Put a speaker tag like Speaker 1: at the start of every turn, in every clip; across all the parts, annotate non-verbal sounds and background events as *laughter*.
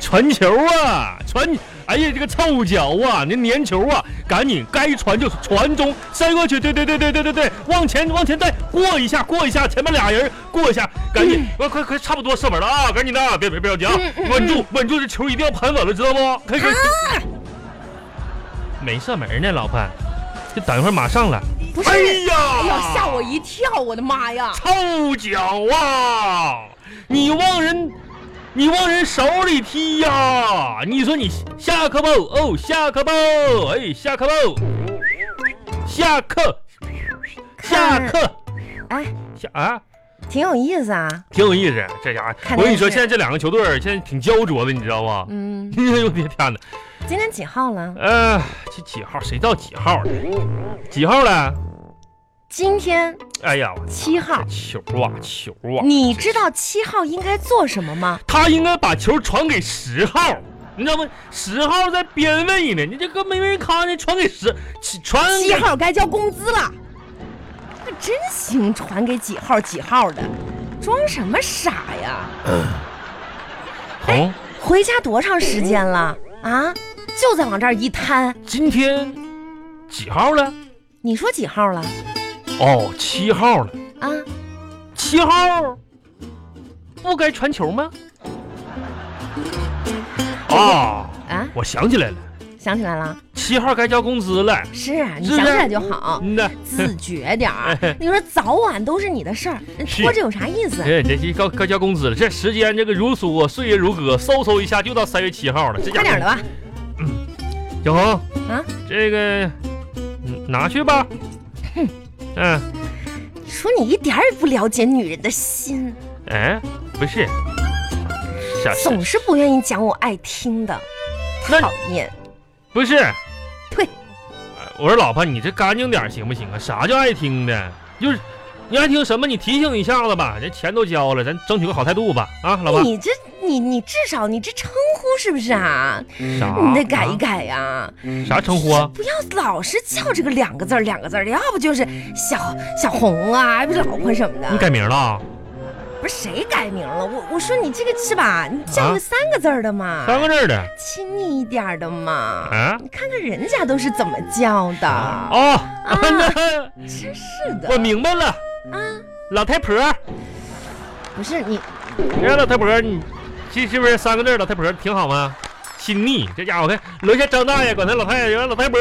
Speaker 1: 传球啊，传！哎呀，这个臭脚啊，你粘球啊，赶紧该传就传中，塞过去，对对对对对对对，往前往前带，过一下过一下，前面俩人过一下，赶紧，快快快，差不多射门了啊，赶紧的，别别别着急啊，稳住稳住，这球一定要盘稳了，知道不？快快，快没射门呢，老婆，这等一会儿马上了。
Speaker 2: 不是，
Speaker 1: 哎
Speaker 2: 哎呀，
Speaker 1: 呀，
Speaker 2: 吓我一跳！我的妈呀！
Speaker 1: 臭脚啊！你往人，你往人手里踢呀、你说你下课不？哦，下课不？哎，下课不？下课，下
Speaker 3: 看
Speaker 1: 课，
Speaker 3: 哎，
Speaker 1: 下啊！
Speaker 3: 挺有意思啊。
Speaker 1: 挺有意思，这家伙。
Speaker 3: 看电视
Speaker 1: 我跟你说，现在这两个球队儿现在挺焦灼的，你知道吗？ *laughs*
Speaker 3: 嗯，
Speaker 1: 哎呦我的天哪！
Speaker 3: 今天几号了？
Speaker 1: 呃，这几号？谁到几号了？几号了？
Speaker 3: 今天
Speaker 1: 哎呀，我
Speaker 3: 七号
Speaker 1: 这。球啊，球啊！
Speaker 3: 你知道七号应该做什么吗？
Speaker 1: 他应该把球传给十号，你知道吗？十号在边位呢，你这个没人看见，传给十，起传给
Speaker 3: 七号该交工资了。那真行，传给几号几号的，装什么傻呀？
Speaker 1: 红。
Speaker 3: 回家多长时间了啊？就在往这儿一摊，
Speaker 1: 今天几号了？
Speaker 3: 你说几号了
Speaker 1: 哦，七号了。
Speaker 3: 啊？
Speaker 1: 七号不该传球吗？啊，
Speaker 3: 啊，
Speaker 1: 我想起来了，
Speaker 3: 想起来了，
Speaker 1: 七号该交工资了。
Speaker 3: 是啊，你
Speaker 1: 是不
Speaker 3: 想
Speaker 1: 是
Speaker 3: 起来就好，
Speaker 1: 嗯呐，
Speaker 3: 自觉
Speaker 1: *laughs*
Speaker 3: 点儿。你说早晚都是你的事儿，
Speaker 1: 是
Speaker 3: 拖着有啥意思？
Speaker 1: 哎，这这该该交工资了，这时间这个如梭，岁月如歌，嗖嗖一下就到三月七号了，这家
Speaker 3: 快点儿的吧，
Speaker 1: 小红
Speaker 3: 啊，
Speaker 1: 这个嗯拿去吧。嗯，
Speaker 3: 说你一点儿也不了解女人的心，
Speaker 1: 哎，不是，啥事？
Speaker 3: 总是不愿意讲我爱听的，
Speaker 1: 啊那
Speaker 3: 讨厌。
Speaker 1: 不是？
Speaker 3: 退
Speaker 1: 哎。我说老婆，你这干净点儿行不行啊？啥叫爱听的？就是你爱听什么，你提醒一下子吧。这钱都交了，咱争取个好态度吧。啊，老婆，
Speaker 3: 你这你你至少你这称呼是不是啊？
Speaker 1: 啥？
Speaker 3: 你得改一
Speaker 1: 啊
Speaker 3: 改呀、
Speaker 1: 啥称呼啊？
Speaker 3: 不要老是叫这个两个字儿两个字儿的，要不就是小小红啊，不是老婆什么
Speaker 1: 你
Speaker 3: 的。
Speaker 1: 改名了啊？
Speaker 3: 不是谁改名了？我我说你这个是吧？你叫
Speaker 1: 啊
Speaker 3: 个三个字儿的嘛，
Speaker 1: 三个字儿的
Speaker 3: 亲昵一点儿的嘛。
Speaker 1: 啊？
Speaker 3: 你看看人家都是怎么叫的，
Speaker 1: 哦，
Speaker 3: 啊
Speaker 1: *laughs* 那
Speaker 3: 真是的。
Speaker 1: 我明白了。
Speaker 3: 啊，
Speaker 1: 老太婆，
Speaker 3: 不是你
Speaker 1: 你看老太婆，你这是不是三个字儿老太婆挺好吗？亲昵，这家伙看楼下张大爷管他老太爷叫老太婆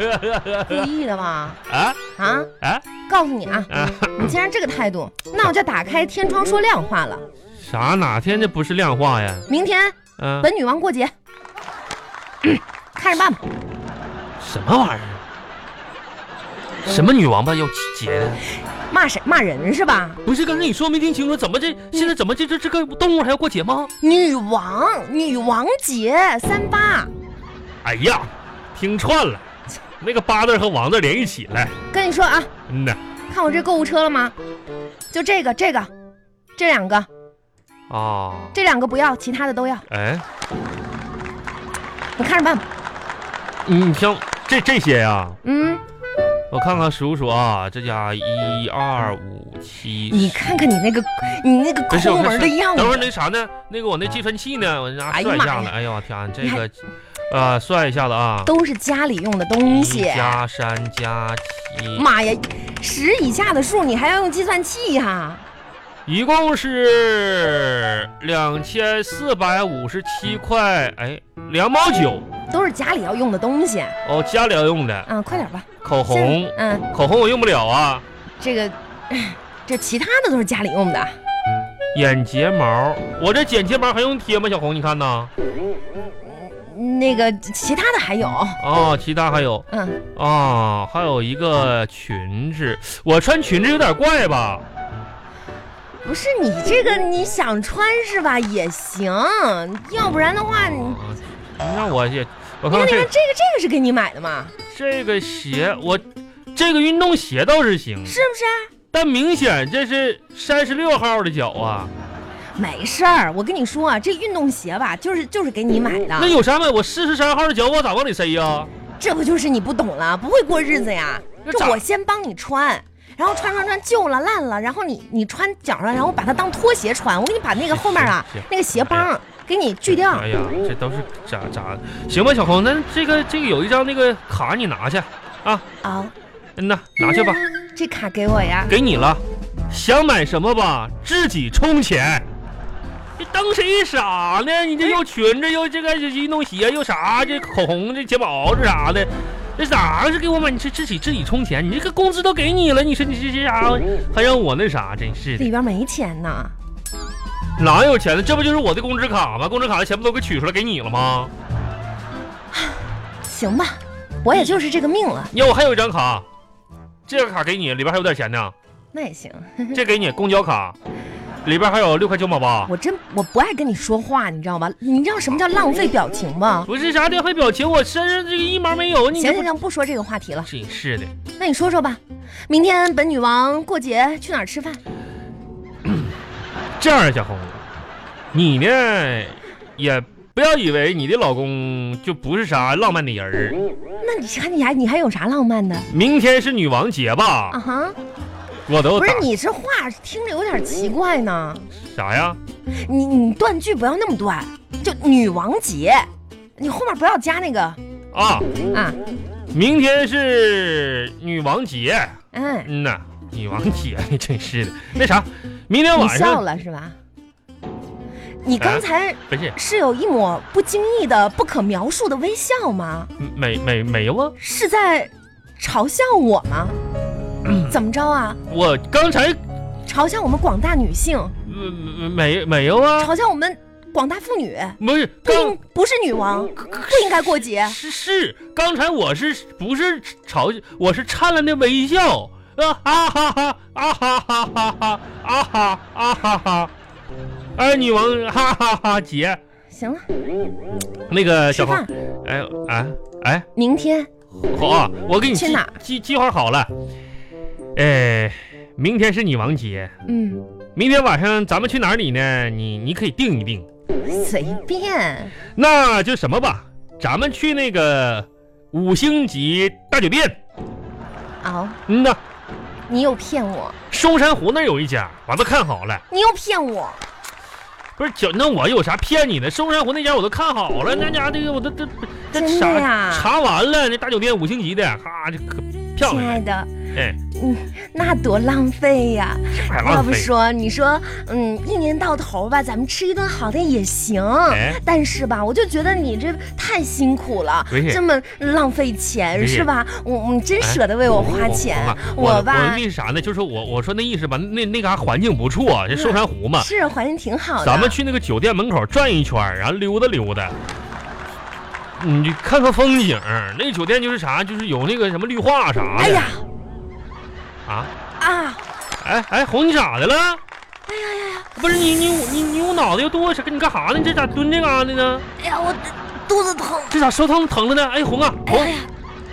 Speaker 1: *laughs*
Speaker 3: 故意的吧？
Speaker 1: 啊
Speaker 3: 啊，
Speaker 1: 啊
Speaker 3: 告诉你啊，
Speaker 1: 啊！
Speaker 3: 你既然这个态度，那我就打开天窗说亮话了。
Speaker 1: 啥？哪天这不是量化呀？
Speaker 3: 明天
Speaker 1: 嗯、
Speaker 3: 本女王过节， *coughs* 看着办吧。
Speaker 1: 什么玩意儿？什么女王八要结的？
Speaker 3: 骂谁骂人是吧？
Speaker 1: 不是，刚才你说没听清楚，怎么这现在怎么这这这个动物还要过节吗？
Speaker 3: 女王，女王节三八，
Speaker 1: 哎呀，听串了，那个八字和王字连一起了。
Speaker 3: 跟你说啊，
Speaker 1: 嗯呐，
Speaker 3: 看我这购物车了吗？就这个，这个，这两个，
Speaker 1: 啊，
Speaker 3: 这两个不要，其他的都要，
Speaker 1: 哎，
Speaker 3: 你看着办吧。
Speaker 1: 你像这这些呀、
Speaker 3: 嗯，
Speaker 1: 我看看数数啊，这家一二五七，
Speaker 3: 你看看你那个，你那个
Speaker 1: 不是我
Speaker 3: 抠门的
Speaker 1: 看
Speaker 3: 样子
Speaker 1: 等会儿，那啥呢？那个我那计算器呢？我拿
Speaker 3: 哎呀
Speaker 1: 算一下
Speaker 3: 妈
Speaker 1: 子。
Speaker 3: 呀
Speaker 1: 哎呀，我天，这
Speaker 3: 你还
Speaker 1: 个，呃，算一下子啊，
Speaker 3: 都是家里用的东
Speaker 1: 一
Speaker 3: 西。
Speaker 1: 加三加七，
Speaker 3: 妈呀，十以下的数你还要用计算器哈、
Speaker 1: 一共是两千四百五十七块，哎，两毛九
Speaker 3: 都是家里要用的东西。
Speaker 1: 哦，家里要用的
Speaker 3: 啊，快点吧，
Speaker 1: 口红，
Speaker 3: 嗯，
Speaker 1: 口红我用不了啊，
Speaker 3: 这个， *sighs* 唉这其他的都是家里用的。
Speaker 1: 眼睫毛，我这剪睫毛还用贴吗？小红，你看呐，
Speaker 3: 那个其他的还有，
Speaker 1: 哦，其他还有。
Speaker 3: 嗯，
Speaker 1: 啊，还有一个裙子，我穿裙子有点怪吧？
Speaker 3: 不是你这个你想穿是吧也行，要不然的话你
Speaker 1: 啊，那我也，我
Speaker 3: 你
Speaker 1: 看
Speaker 3: 看
Speaker 1: 看
Speaker 3: 你看
Speaker 1: 这
Speaker 3: 这个这个是给你买的嘛，
Speaker 1: 这个鞋，我这个运动鞋倒是行，
Speaker 3: 是不是？
Speaker 1: 但明显这是三十六号的脚啊，
Speaker 3: 没事儿，我跟你说啊，这运动鞋吧，就是就是给你买
Speaker 1: 那
Speaker 3: 的，
Speaker 1: 有啥买？我四十三号的脚我咋往里塞呀、
Speaker 3: 这不就是你不懂了，不会过日子呀？
Speaker 1: 那
Speaker 3: 这
Speaker 1: 咋
Speaker 3: 我先帮你穿。然后穿穿穿旧了烂了，然后你你穿脚上，然后把它当拖鞋穿。我给你把那个后面啊
Speaker 1: 是是
Speaker 3: 那个鞋帮给你锯掉。
Speaker 1: 哎哎呀，这都是咋咋？行吧，小红，那这个这个有一张那个卡，你拿去。
Speaker 3: 哦，
Speaker 1: 嗯呐，拿去吧，
Speaker 3: 这卡给我呀。
Speaker 1: 给你了。想买什么吧，自己充钱。这当谁傻呢？你这又裙子，又这个运动鞋，又啥这口红，这睫毛这啥的，这咋是给我买？你是自己自己充钱，你这个工资都给你了，你说你这这家伙还让我那啥，真是的。
Speaker 3: 里边没钱呢。
Speaker 1: 哪有钱呢？这不就是我的工资卡吗？工资卡的钱不都给取出来给你了吗？
Speaker 3: 行吧，我也就是这个命了。
Speaker 1: 要我还有一张卡，这个卡给你，里边还有点钱呢。
Speaker 3: 那也行。 *laughs*
Speaker 1: 这给你公交卡，里边还有六块九毛八。
Speaker 3: 我真我不爱跟你说话，你知道吗？你知道什么叫浪费表情吗？
Speaker 1: 不是啥电费表情，我身上这个一毛没有，你
Speaker 3: 行
Speaker 1: 这不
Speaker 3: 行行，不说这个话题了。
Speaker 1: 真是的。
Speaker 3: 那你说说吧，明天本女王过节去哪儿吃饭？
Speaker 1: 这样啊，小红，你呢也不要以为你的老公就不是啥浪漫的人儿。
Speaker 3: 那你看你还你还有啥浪漫的
Speaker 1: 明天是女王节吧？
Speaker 3: 啊哈？
Speaker 1: 我都
Speaker 3: 不是
Speaker 1: 打
Speaker 3: 你这话听着有点奇怪呢。
Speaker 1: 啥呀？
Speaker 3: 你你断句不要那么断，就女王节，你后面不要加那个
Speaker 1: 啊，
Speaker 3: 啊，
Speaker 1: 明天是女王节。
Speaker 3: 嗯，
Speaker 1: 嗯呐，女王节，真是的。那啥，明天
Speaker 3: 你
Speaker 1: 晚
Speaker 3: 笑
Speaker 1: 上
Speaker 3: 了是吧？你刚才
Speaker 1: 不是
Speaker 3: 是有一抹不经意的、不可描述的微笑吗？
Speaker 1: 没没没有啊？
Speaker 3: 是在嘲笑我吗？
Speaker 1: 嗯
Speaker 3: 怎么着啊？
Speaker 1: 我刚才
Speaker 3: 嘲笑我们广大女性，
Speaker 1: 呃没没有啊？
Speaker 3: 嘲笑我们广大妇女，
Speaker 1: 不是
Speaker 3: 不
Speaker 1: 刚
Speaker 3: 应不是女王，不应该过节。
Speaker 1: 是是，刚才我是不是嘲？我是灿烂的微笑啊啊哈哈啊哈哈哈哈啊哈啊哈哈，哎，女王哈哈哈姐，
Speaker 3: 行了，
Speaker 1: 那个
Speaker 3: 吃
Speaker 1: 小红
Speaker 3: 饭，，
Speaker 1: 哎哎哎，
Speaker 3: 明天
Speaker 1: 好啊，我给你
Speaker 3: 去
Speaker 1: 计
Speaker 3: 哪儿
Speaker 1: 计计划好了，哎，明天是女王节，
Speaker 3: 嗯，
Speaker 1: 明天晚上咱们去哪里呢？你你可以定一定，
Speaker 3: 随便。
Speaker 1: 那就什么吧，咱们去那个五星级大酒店，
Speaker 3: 哦，
Speaker 1: 嗯呐。
Speaker 3: 你又骗我，
Speaker 1: 松山湖那儿有一家，我都看好了。
Speaker 3: 你又骗我。
Speaker 1: 不是，小那我有啥骗你的？松山湖那家我都看好了，那家这个我都这这
Speaker 3: 真的
Speaker 1: 查
Speaker 3: 呀
Speaker 1: 查完了，那大酒店五星级的，哈，这可漂
Speaker 3: 亲爱
Speaker 1: 亮。
Speaker 3: 的，
Speaker 1: 哎，
Speaker 3: 那多浪费呀！
Speaker 1: 太
Speaker 3: 要
Speaker 1: 浪
Speaker 3: 不
Speaker 1: 费。
Speaker 3: 说你说，嗯，一年到头吧，咱们吃一顿好的也行。
Speaker 1: 哎，
Speaker 3: 但是吧，我就觉得你这太辛苦了
Speaker 1: 不是，
Speaker 3: 这么浪费钱
Speaker 1: 不是
Speaker 3: 是吧？我我真
Speaker 1: 哎
Speaker 3: 舍得为我花钱
Speaker 1: 我，我
Speaker 3: 我
Speaker 1: 我的
Speaker 3: 吧
Speaker 1: 意思啥呢？就是我我说那意思吧，那那嘎环境不错，这松山湖嘛，
Speaker 3: 是环境挺好的。
Speaker 1: 咱们去那个酒店门口转一圈儿，然后溜达溜达。你就看看风景，那酒店就是啥，就是有那个什么绿化啥的。
Speaker 3: 哎呀
Speaker 1: 啊！
Speaker 3: 啊，
Speaker 1: 哎哎，红，你咋的了？哎呀呀
Speaker 3: 哎
Speaker 1: 呀！不是你你你你我脑袋又剁下，跟你干啥呢？你这咋蹲这嘎达呢？
Speaker 3: 哎呀，我肚子疼，
Speaker 1: 这咋手疼疼了呢？哎，红啊
Speaker 3: 哎
Speaker 1: 红！
Speaker 3: 呀，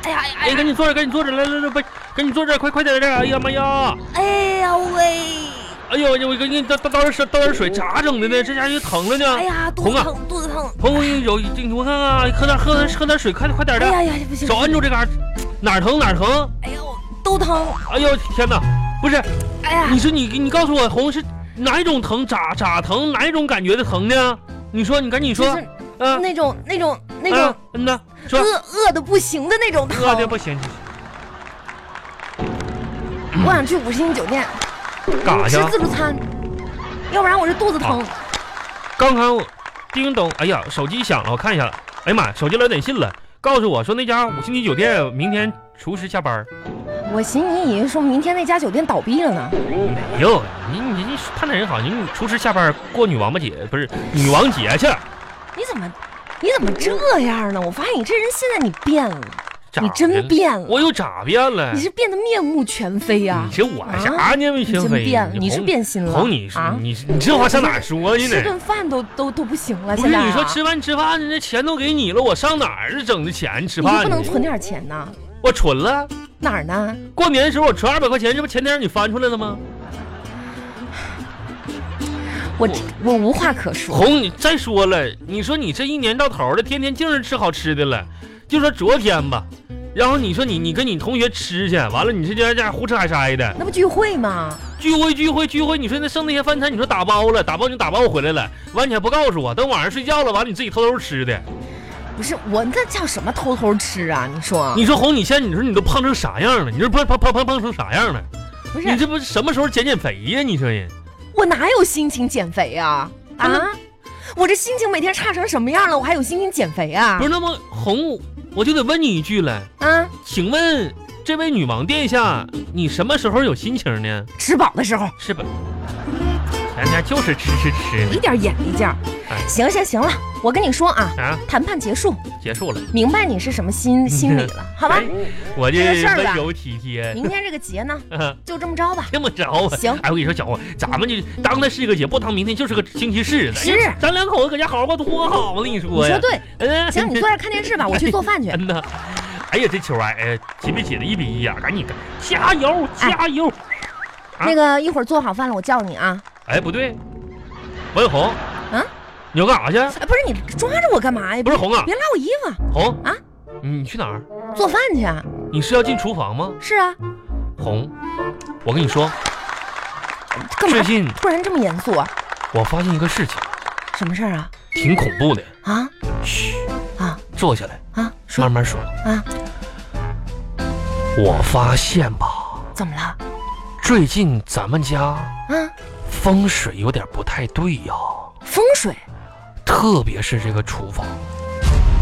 Speaker 3: 哎呀哎呀，哎
Speaker 1: 哎，
Speaker 3: 呀
Speaker 1: 赶紧坐这，赶紧坐这，来来来，不，赶紧坐这，快快点的！哎呀妈呀！
Speaker 3: 哎呀喂，
Speaker 1: 哎呦，我我给你倒倒倒点水，倒点水，咋整的呢？这家又疼了
Speaker 3: 哎
Speaker 1: 呢。
Speaker 3: 呀，肚
Speaker 1: 红
Speaker 3: 子
Speaker 1: 啊
Speaker 3: 疼，肚子疼，
Speaker 1: 红有这我看看啊，喝点喝点喝点水，快点快点
Speaker 3: 哎
Speaker 1: 的，
Speaker 3: 呀呀，不行，
Speaker 1: 手摁住这嘎，哪儿疼哪儿疼！
Speaker 3: 哎呀，我都疼，
Speaker 1: 哎呦天哪！不是，
Speaker 3: 哎呀
Speaker 1: 你，说你你告诉我，红是哪一种疼？咋咋疼？哪一种感觉的疼呢？你说你赶紧
Speaker 3: 就
Speaker 1: 说，
Speaker 3: 是
Speaker 1: 嗯。
Speaker 3: 那种那种那呃
Speaker 1: 啊
Speaker 3: 种
Speaker 1: 嗯呐，说
Speaker 3: 饿饿的不行的那种疼。
Speaker 1: 饿的不行，
Speaker 3: 我想去五星级酒店
Speaker 1: 干啥去
Speaker 3: 吃
Speaker 1: 啊？
Speaker 3: 自助餐，要不然我这肚子疼。
Speaker 1: 刚刚我叮咚，哎呀，手机响了，我看一下了。哎呀妈呀，手机来短信了，告诉我说那家五星级酒店明天厨师下班儿。
Speaker 3: 我寻你以为说明天那家酒店倒闭了呢。
Speaker 1: 没有，你你你看那人好，你厨师下班儿过女王八节不是女王节去？
Speaker 3: 你怎么你怎么这样呢？我发现你这人现在你变了，
Speaker 1: 咋
Speaker 3: 你
Speaker 1: 的
Speaker 3: 真
Speaker 1: 了，
Speaker 3: 变了，
Speaker 1: 我又咋变了？
Speaker 3: 你是变得面目全非呀、
Speaker 1: 你这我啥呢？魏
Speaker 3: 你
Speaker 1: 新
Speaker 3: 真
Speaker 1: 飞，
Speaker 3: 变了，你是
Speaker 1: 红
Speaker 3: 变心了。
Speaker 1: 红你是
Speaker 3: 啊，
Speaker 1: 你是你这话上哪儿说去
Speaker 3: 吃
Speaker 1: 呢？
Speaker 3: 顿饭都都都不行了，
Speaker 1: 不
Speaker 3: 现
Speaker 1: 是
Speaker 3: 在啊、
Speaker 1: 你说吃饭吃饭，那钱都给你了，我上哪儿整的钱吃
Speaker 3: 你就
Speaker 1: 饭
Speaker 3: 不能
Speaker 1: 呢？
Speaker 3: 存点钱呢？
Speaker 1: 我蠢了。
Speaker 3: 哪儿呢？
Speaker 1: 过年的时候我存二百块钱，这不前天让你翻出来了吗？
Speaker 3: 我我无话可说。
Speaker 1: 红，你再说了，你说你这一年到头的，天天净是吃好吃的了，就说昨天吧，然后你说你你跟你同学吃去，完了你这家家胡吃海塞的
Speaker 3: 那不聚会吗？
Speaker 1: 聚会聚会聚会，你说那剩那些饭菜，你说打包了，打包你打包回来了，完你还不告诉我，等晚上睡觉了，完了你自己偷偷吃的，
Speaker 3: 不是我那叫什么偷偷吃啊？你说
Speaker 1: 你说哄你现在你说你都胖成啥样了？你这胖胖胖胖胖成啥样了？
Speaker 3: 不
Speaker 1: 你
Speaker 3: 是
Speaker 1: 这不是什么时候减减肥呀？你这人
Speaker 3: 我哪有心情减肥啊？啊，我这心情每天差成什么样了，我还有心情减肥啊
Speaker 1: 不？是那么哄，我就得问你一句了，
Speaker 3: 啊，
Speaker 1: 请问这位女王殿下，你什么时候有心情呢？
Speaker 3: 吃饱的时候
Speaker 1: 是吧？咱家就是吃吃吃
Speaker 3: 一
Speaker 1: 呢
Speaker 3: 点眼力劲儿
Speaker 1: 哎。
Speaker 3: 行行行了，我跟你说啊，
Speaker 1: 啊！
Speaker 3: 谈判结束，
Speaker 1: 结束了，
Speaker 3: 明白你是什
Speaker 1: *laughs*
Speaker 3: 么心心理了，好吧
Speaker 1: 哎？我这
Speaker 3: 这个事儿吧
Speaker 1: 温柔体贴， *laughs*
Speaker 3: 明天这个节呢，
Speaker 1: 啊
Speaker 3: 就这么着吧。
Speaker 1: 这么着啊？
Speaker 3: 行
Speaker 1: 哎，我跟你说，小伙，咱们就当它是一个节，不当明天就是个星期四。咱
Speaker 3: 是
Speaker 1: 咱两口子搁家好好过多好啊呢，你
Speaker 3: 你
Speaker 1: 说
Speaker 3: 说
Speaker 1: 呀？ *laughs*
Speaker 3: 对，
Speaker 1: 嗯，
Speaker 3: 行，你坐这儿看电视吧，我去做饭去。
Speaker 1: 嗯呐，哎呀，这球啊，哎呀，起没起的一比一呀、赶紧赶，加油加油！啊
Speaker 3: 那个一会儿做好饭了，我叫你啊。
Speaker 1: 哎，不对，文红，
Speaker 3: 啊，
Speaker 1: 你要干啥去？
Speaker 3: 哎，不是你抓着我干嘛呀？
Speaker 1: 不是红啊，
Speaker 3: 别拉我衣服，
Speaker 1: 红
Speaker 3: 啊，
Speaker 1: 你去哪儿？
Speaker 3: 做饭去啊。
Speaker 1: 你是要进厨房吗？
Speaker 3: 是啊，
Speaker 1: 红，我跟你说，
Speaker 3: 干
Speaker 1: 最
Speaker 3: 嘛
Speaker 1: 近
Speaker 3: 突然这么严肃啊？
Speaker 1: 我发现一个事情，
Speaker 3: 什么事儿啊？
Speaker 1: 挺恐怖的。
Speaker 3: 啊
Speaker 1: 嘘，
Speaker 3: 啊
Speaker 1: 坐下来，
Speaker 3: 啊！说
Speaker 1: 慢慢说。
Speaker 3: 啊，
Speaker 1: 我发现吧，
Speaker 3: 怎么了？
Speaker 1: 最近咱们家
Speaker 3: 啊，
Speaker 1: 风水有点不太对呀、
Speaker 3: 风水
Speaker 1: 特别是这个厨房。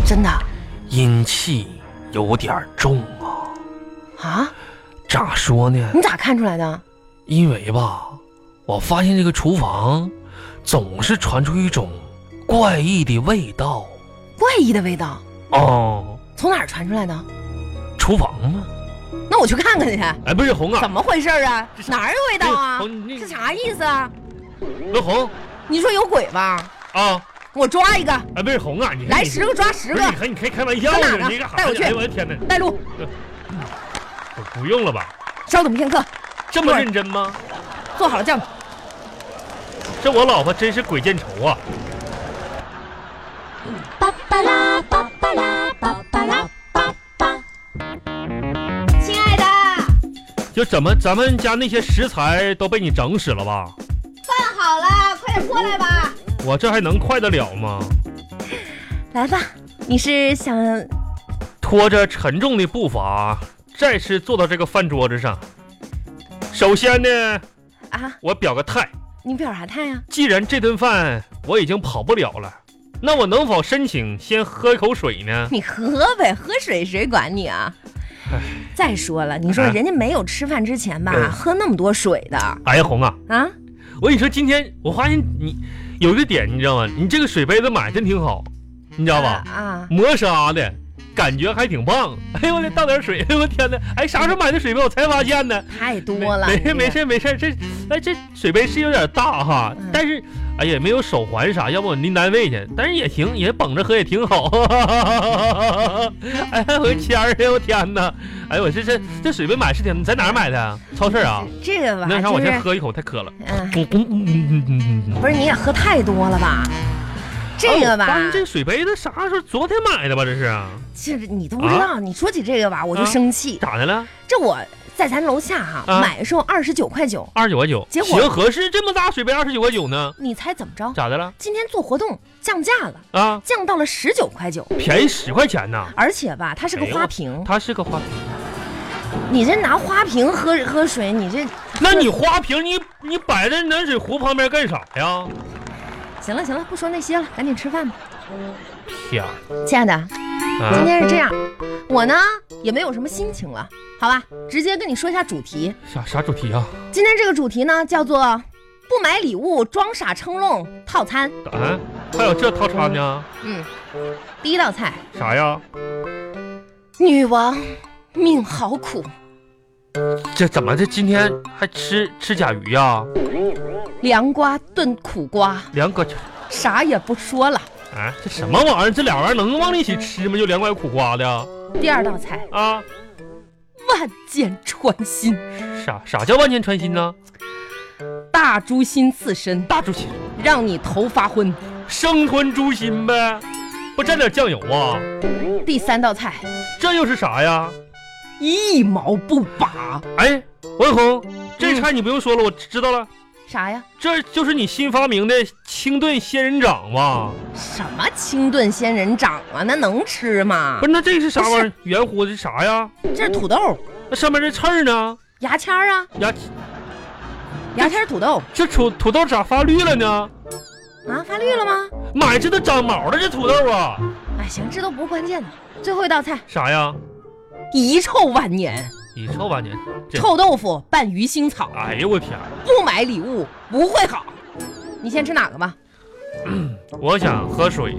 Speaker 3: 真的
Speaker 1: 阴气有点重啊。
Speaker 3: 啊？
Speaker 1: 咋说呢？
Speaker 3: 你咋看出来的？
Speaker 1: 因为吧，我发现这个厨房总是传出一种怪异的味道。
Speaker 3: 怪异的味道
Speaker 1: 哦，
Speaker 3: 从哪儿传出来的？
Speaker 1: 厨房吗？
Speaker 3: 那我去看看去。
Speaker 1: 哎，不是红啊
Speaker 3: 怎，么回事儿啊
Speaker 1: 这？是哦
Speaker 3: 哪儿有味道啊
Speaker 1: 这红？这
Speaker 3: 是啥意思啊？
Speaker 1: 那红
Speaker 3: 你说有鬼吧？
Speaker 1: 啊，
Speaker 3: 我抓一个，
Speaker 1: 哎，不是红啊，你
Speaker 3: 来十个抓十
Speaker 1: 不
Speaker 3: 个
Speaker 1: 是，你看你开开玩笑
Speaker 3: 在哪
Speaker 1: 呢
Speaker 3: 儿？呢
Speaker 1: 你干啥
Speaker 3: 带我
Speaker 1: 呢？
Speaker 3: 去
Speaker 1: 哎呦我的天哪，
Speaker 3: 带路。
Speaker 1: 不不用了吧？
Speaker 3: 稍等片刻，
Speaker 1: 这么认真吗？
Speaker 3: 做好了叫你。
Speaker 1: 这我老婆真是鬼见愁啊！
Speaker 4: 巴巴拉巴巴拉巴巴拉巴巴。亲爱的，
Speaker 1: 就怎么咱们家那些食材都被你整死了吧？
Speaker 4: 饭好了，快点过来吧。
Speaker 1: 我这还能快得了吗？
Speaker 3: 来吧，你是想
Speaker 1: 拖着沉重的步伐，再次坐到这个饭桌子上。首先呢，
Speaker 3: 啊？
Speaker 1: 我表个态，
Speaker 3: 你表啥态啊呀、
Speaker 1: 既然这顿饭我已经跑不了了，那我能否申请先喝一口水呢？
Speaker 3: *laughs* 你喝呗，喝水谁管你啊？再说了，你说
Speaker 1: 啊
Speaker 3: 人家没有吃饭之前吧，
Speaker 1: 嗯
Speaker 3: 喝那么多水的
Speaker 1: 哎呀，红啊，
Speaker 3: 啊？
Speaker 1: 我跟你说，今天我发现你有一个点，你知道吗？你这个水杯子买真挺好，你知道吧？
Speaker 3: 啊啊
Speaker 1: 磨砂的。感觉还挺棒，哎呦我得倒点水，哎呦我天哪！哎，啥时候买的水杯？我才发现呢。
Speaker 3: 太多了。
Speaker 1: 没事
Speaker 3: 你
Speaker 1: 没事没事，这哎这水杯是有点大哈，
Speaker 3: 嗯
Speaker 1: 但是哎呀没有手环啥，要不我拎单位去，但是也行，也捧着喝也挺好。 *laughs* 哎，我天儿，哎呦我天哪！哎呦我这这这水杯买是挺，你在哪儿买的啊？超市啊？
Speaker 3: 这这个吧，
Speaker 1: 那啥，我
Speaker 3: 就是
Speaker 1: 先喝一口，太渴了。
Speaker 3: 嗯，
Speaker 1: 嗯嗯嗯嗯嗯嗯
Speaker 3: 不是你也喝太多了吧？这个吧，
Speaker 1: 哦这个水杯子啥时候？昨天买的吧？这是
Speaker 3: 这你都不知道。你说起这个吧，我就
Speaker 1: 啊
Speaker 3: 生气。
Speaker 1: 咋的了？
Speaker 3: 这我在咱楼下哈、
Speaker 1: 啊
Speaker 3: 买的时候二十九块九，
Speaker 1: 二十九块九，
Speaker 3: 结果
Speaker 1: 行，合适这么大水杯二十九块九呢？
Speaker 3: 你猜怎么着？
Speaker 1: 咋的了？
Speaker 3: 今天做活动降价了，
Speaker 1: 啊，
Speaker 3: 降到了十九块九，
Speaker 1: 便宜十块钱呢。
Speaker 3: 而且吧，它是个
Speaker 1: 哎呦
Speaker 3: 花瓶。
Speaker 1: 它是个花
Speaker 3: 你这拿花瓶喝喝水，你这
Speaker 1: *laughs* 那你花瓶你你摆在暖水壶旁边干啥呀？
Speaker 3: 行了行了，不说那些了，赶紧吃饭吧，
Speaker 1: 天，
Speaker 3: 亲爱的。今
Speaker 1: 啊，
Speaker 3: 天是这样，我呢也没有什么心情了，好吧，直接跟你说一下主题。
Speaker 1: 啥啥主题啊？
Speaker 3: 今天这个主题呢叫做“不买礼物装傻称愣”套餐。
Speaker 1: 啊，还有这套餐呢？
Speaker 3: 嗯，第一道菜，
Speaker 1: 啥呀？
Speaker 3: 女王命好苦，
Speaker 1: 这怎么这今天还吃吃甲鱼呀、
Speaker 3: 凉瓜炖苦瓜，
Speaker 1: 凉瓜，
Speaker 3: 啥也不说了。
Speaker 1: 啊，这什么玩意儿？这俩玩意儿能往一起吃吗？就凉瓜苦瓜的
Speaker 3: 第二道菜，
Speaker 1: 啊？
Speaker 3: 万箭穿心，
Speaker 1: 啥啥叫万箭穿心呢？
Speaker 3: 大猪心刺身，
Speaker 1: 大猪心，
Speaker 3: 让你头发昏。
Speaker 1: 生吞猪心呗，不蘸点酱油啊？
Speaker 3: 第三道菜，
Speaker 1: 这又是啥呀？
Speaker 3: 一毛不拔，
Speaker 1: 哎，文红，这差你不用说了，我知道了，
Speaker 3: 啥呀？
Speaker 1: 这就是你新发明的清炖仙人掌吧？
Speaker 3: 什么清炖仙人掌啊？那能吃吗
Speaker 1: 不？是，那这是啥
Speaker 3: 不
Speaker 1: 玩
Speaker 3: 是
Speaker 1: 意儿？圆乎的是啥呀？
Speaker 3: 这是土豆、
Speaker 1: 那上面这刺儿呢？
Speaker 3: 牙签儿 *laughs* 啊，
Speaker 1: 呀，
Speaker 3: 牙签儿土豆
Speaker 1: 这土土豆咋发绿了呢？
Speaker 3: 啊，发绿了吗？
Speaker 1: 妈呀，这都长毛了，这土豆啊！
Speaker 3: 哎，行，这都不关键的。最后一道菜，
Speaker 1: 啥呀？
Speaker 3: 遗臭万年，
Speaker 1: 你臭吧你！这
Speaker 3: 臭豆腐拌鱼腥草，
Speaker 1: 哎呦我天！
Speaker 3: 不买礼物不会好。你先吃哪个吧？
Speaker 1: 我想喝水，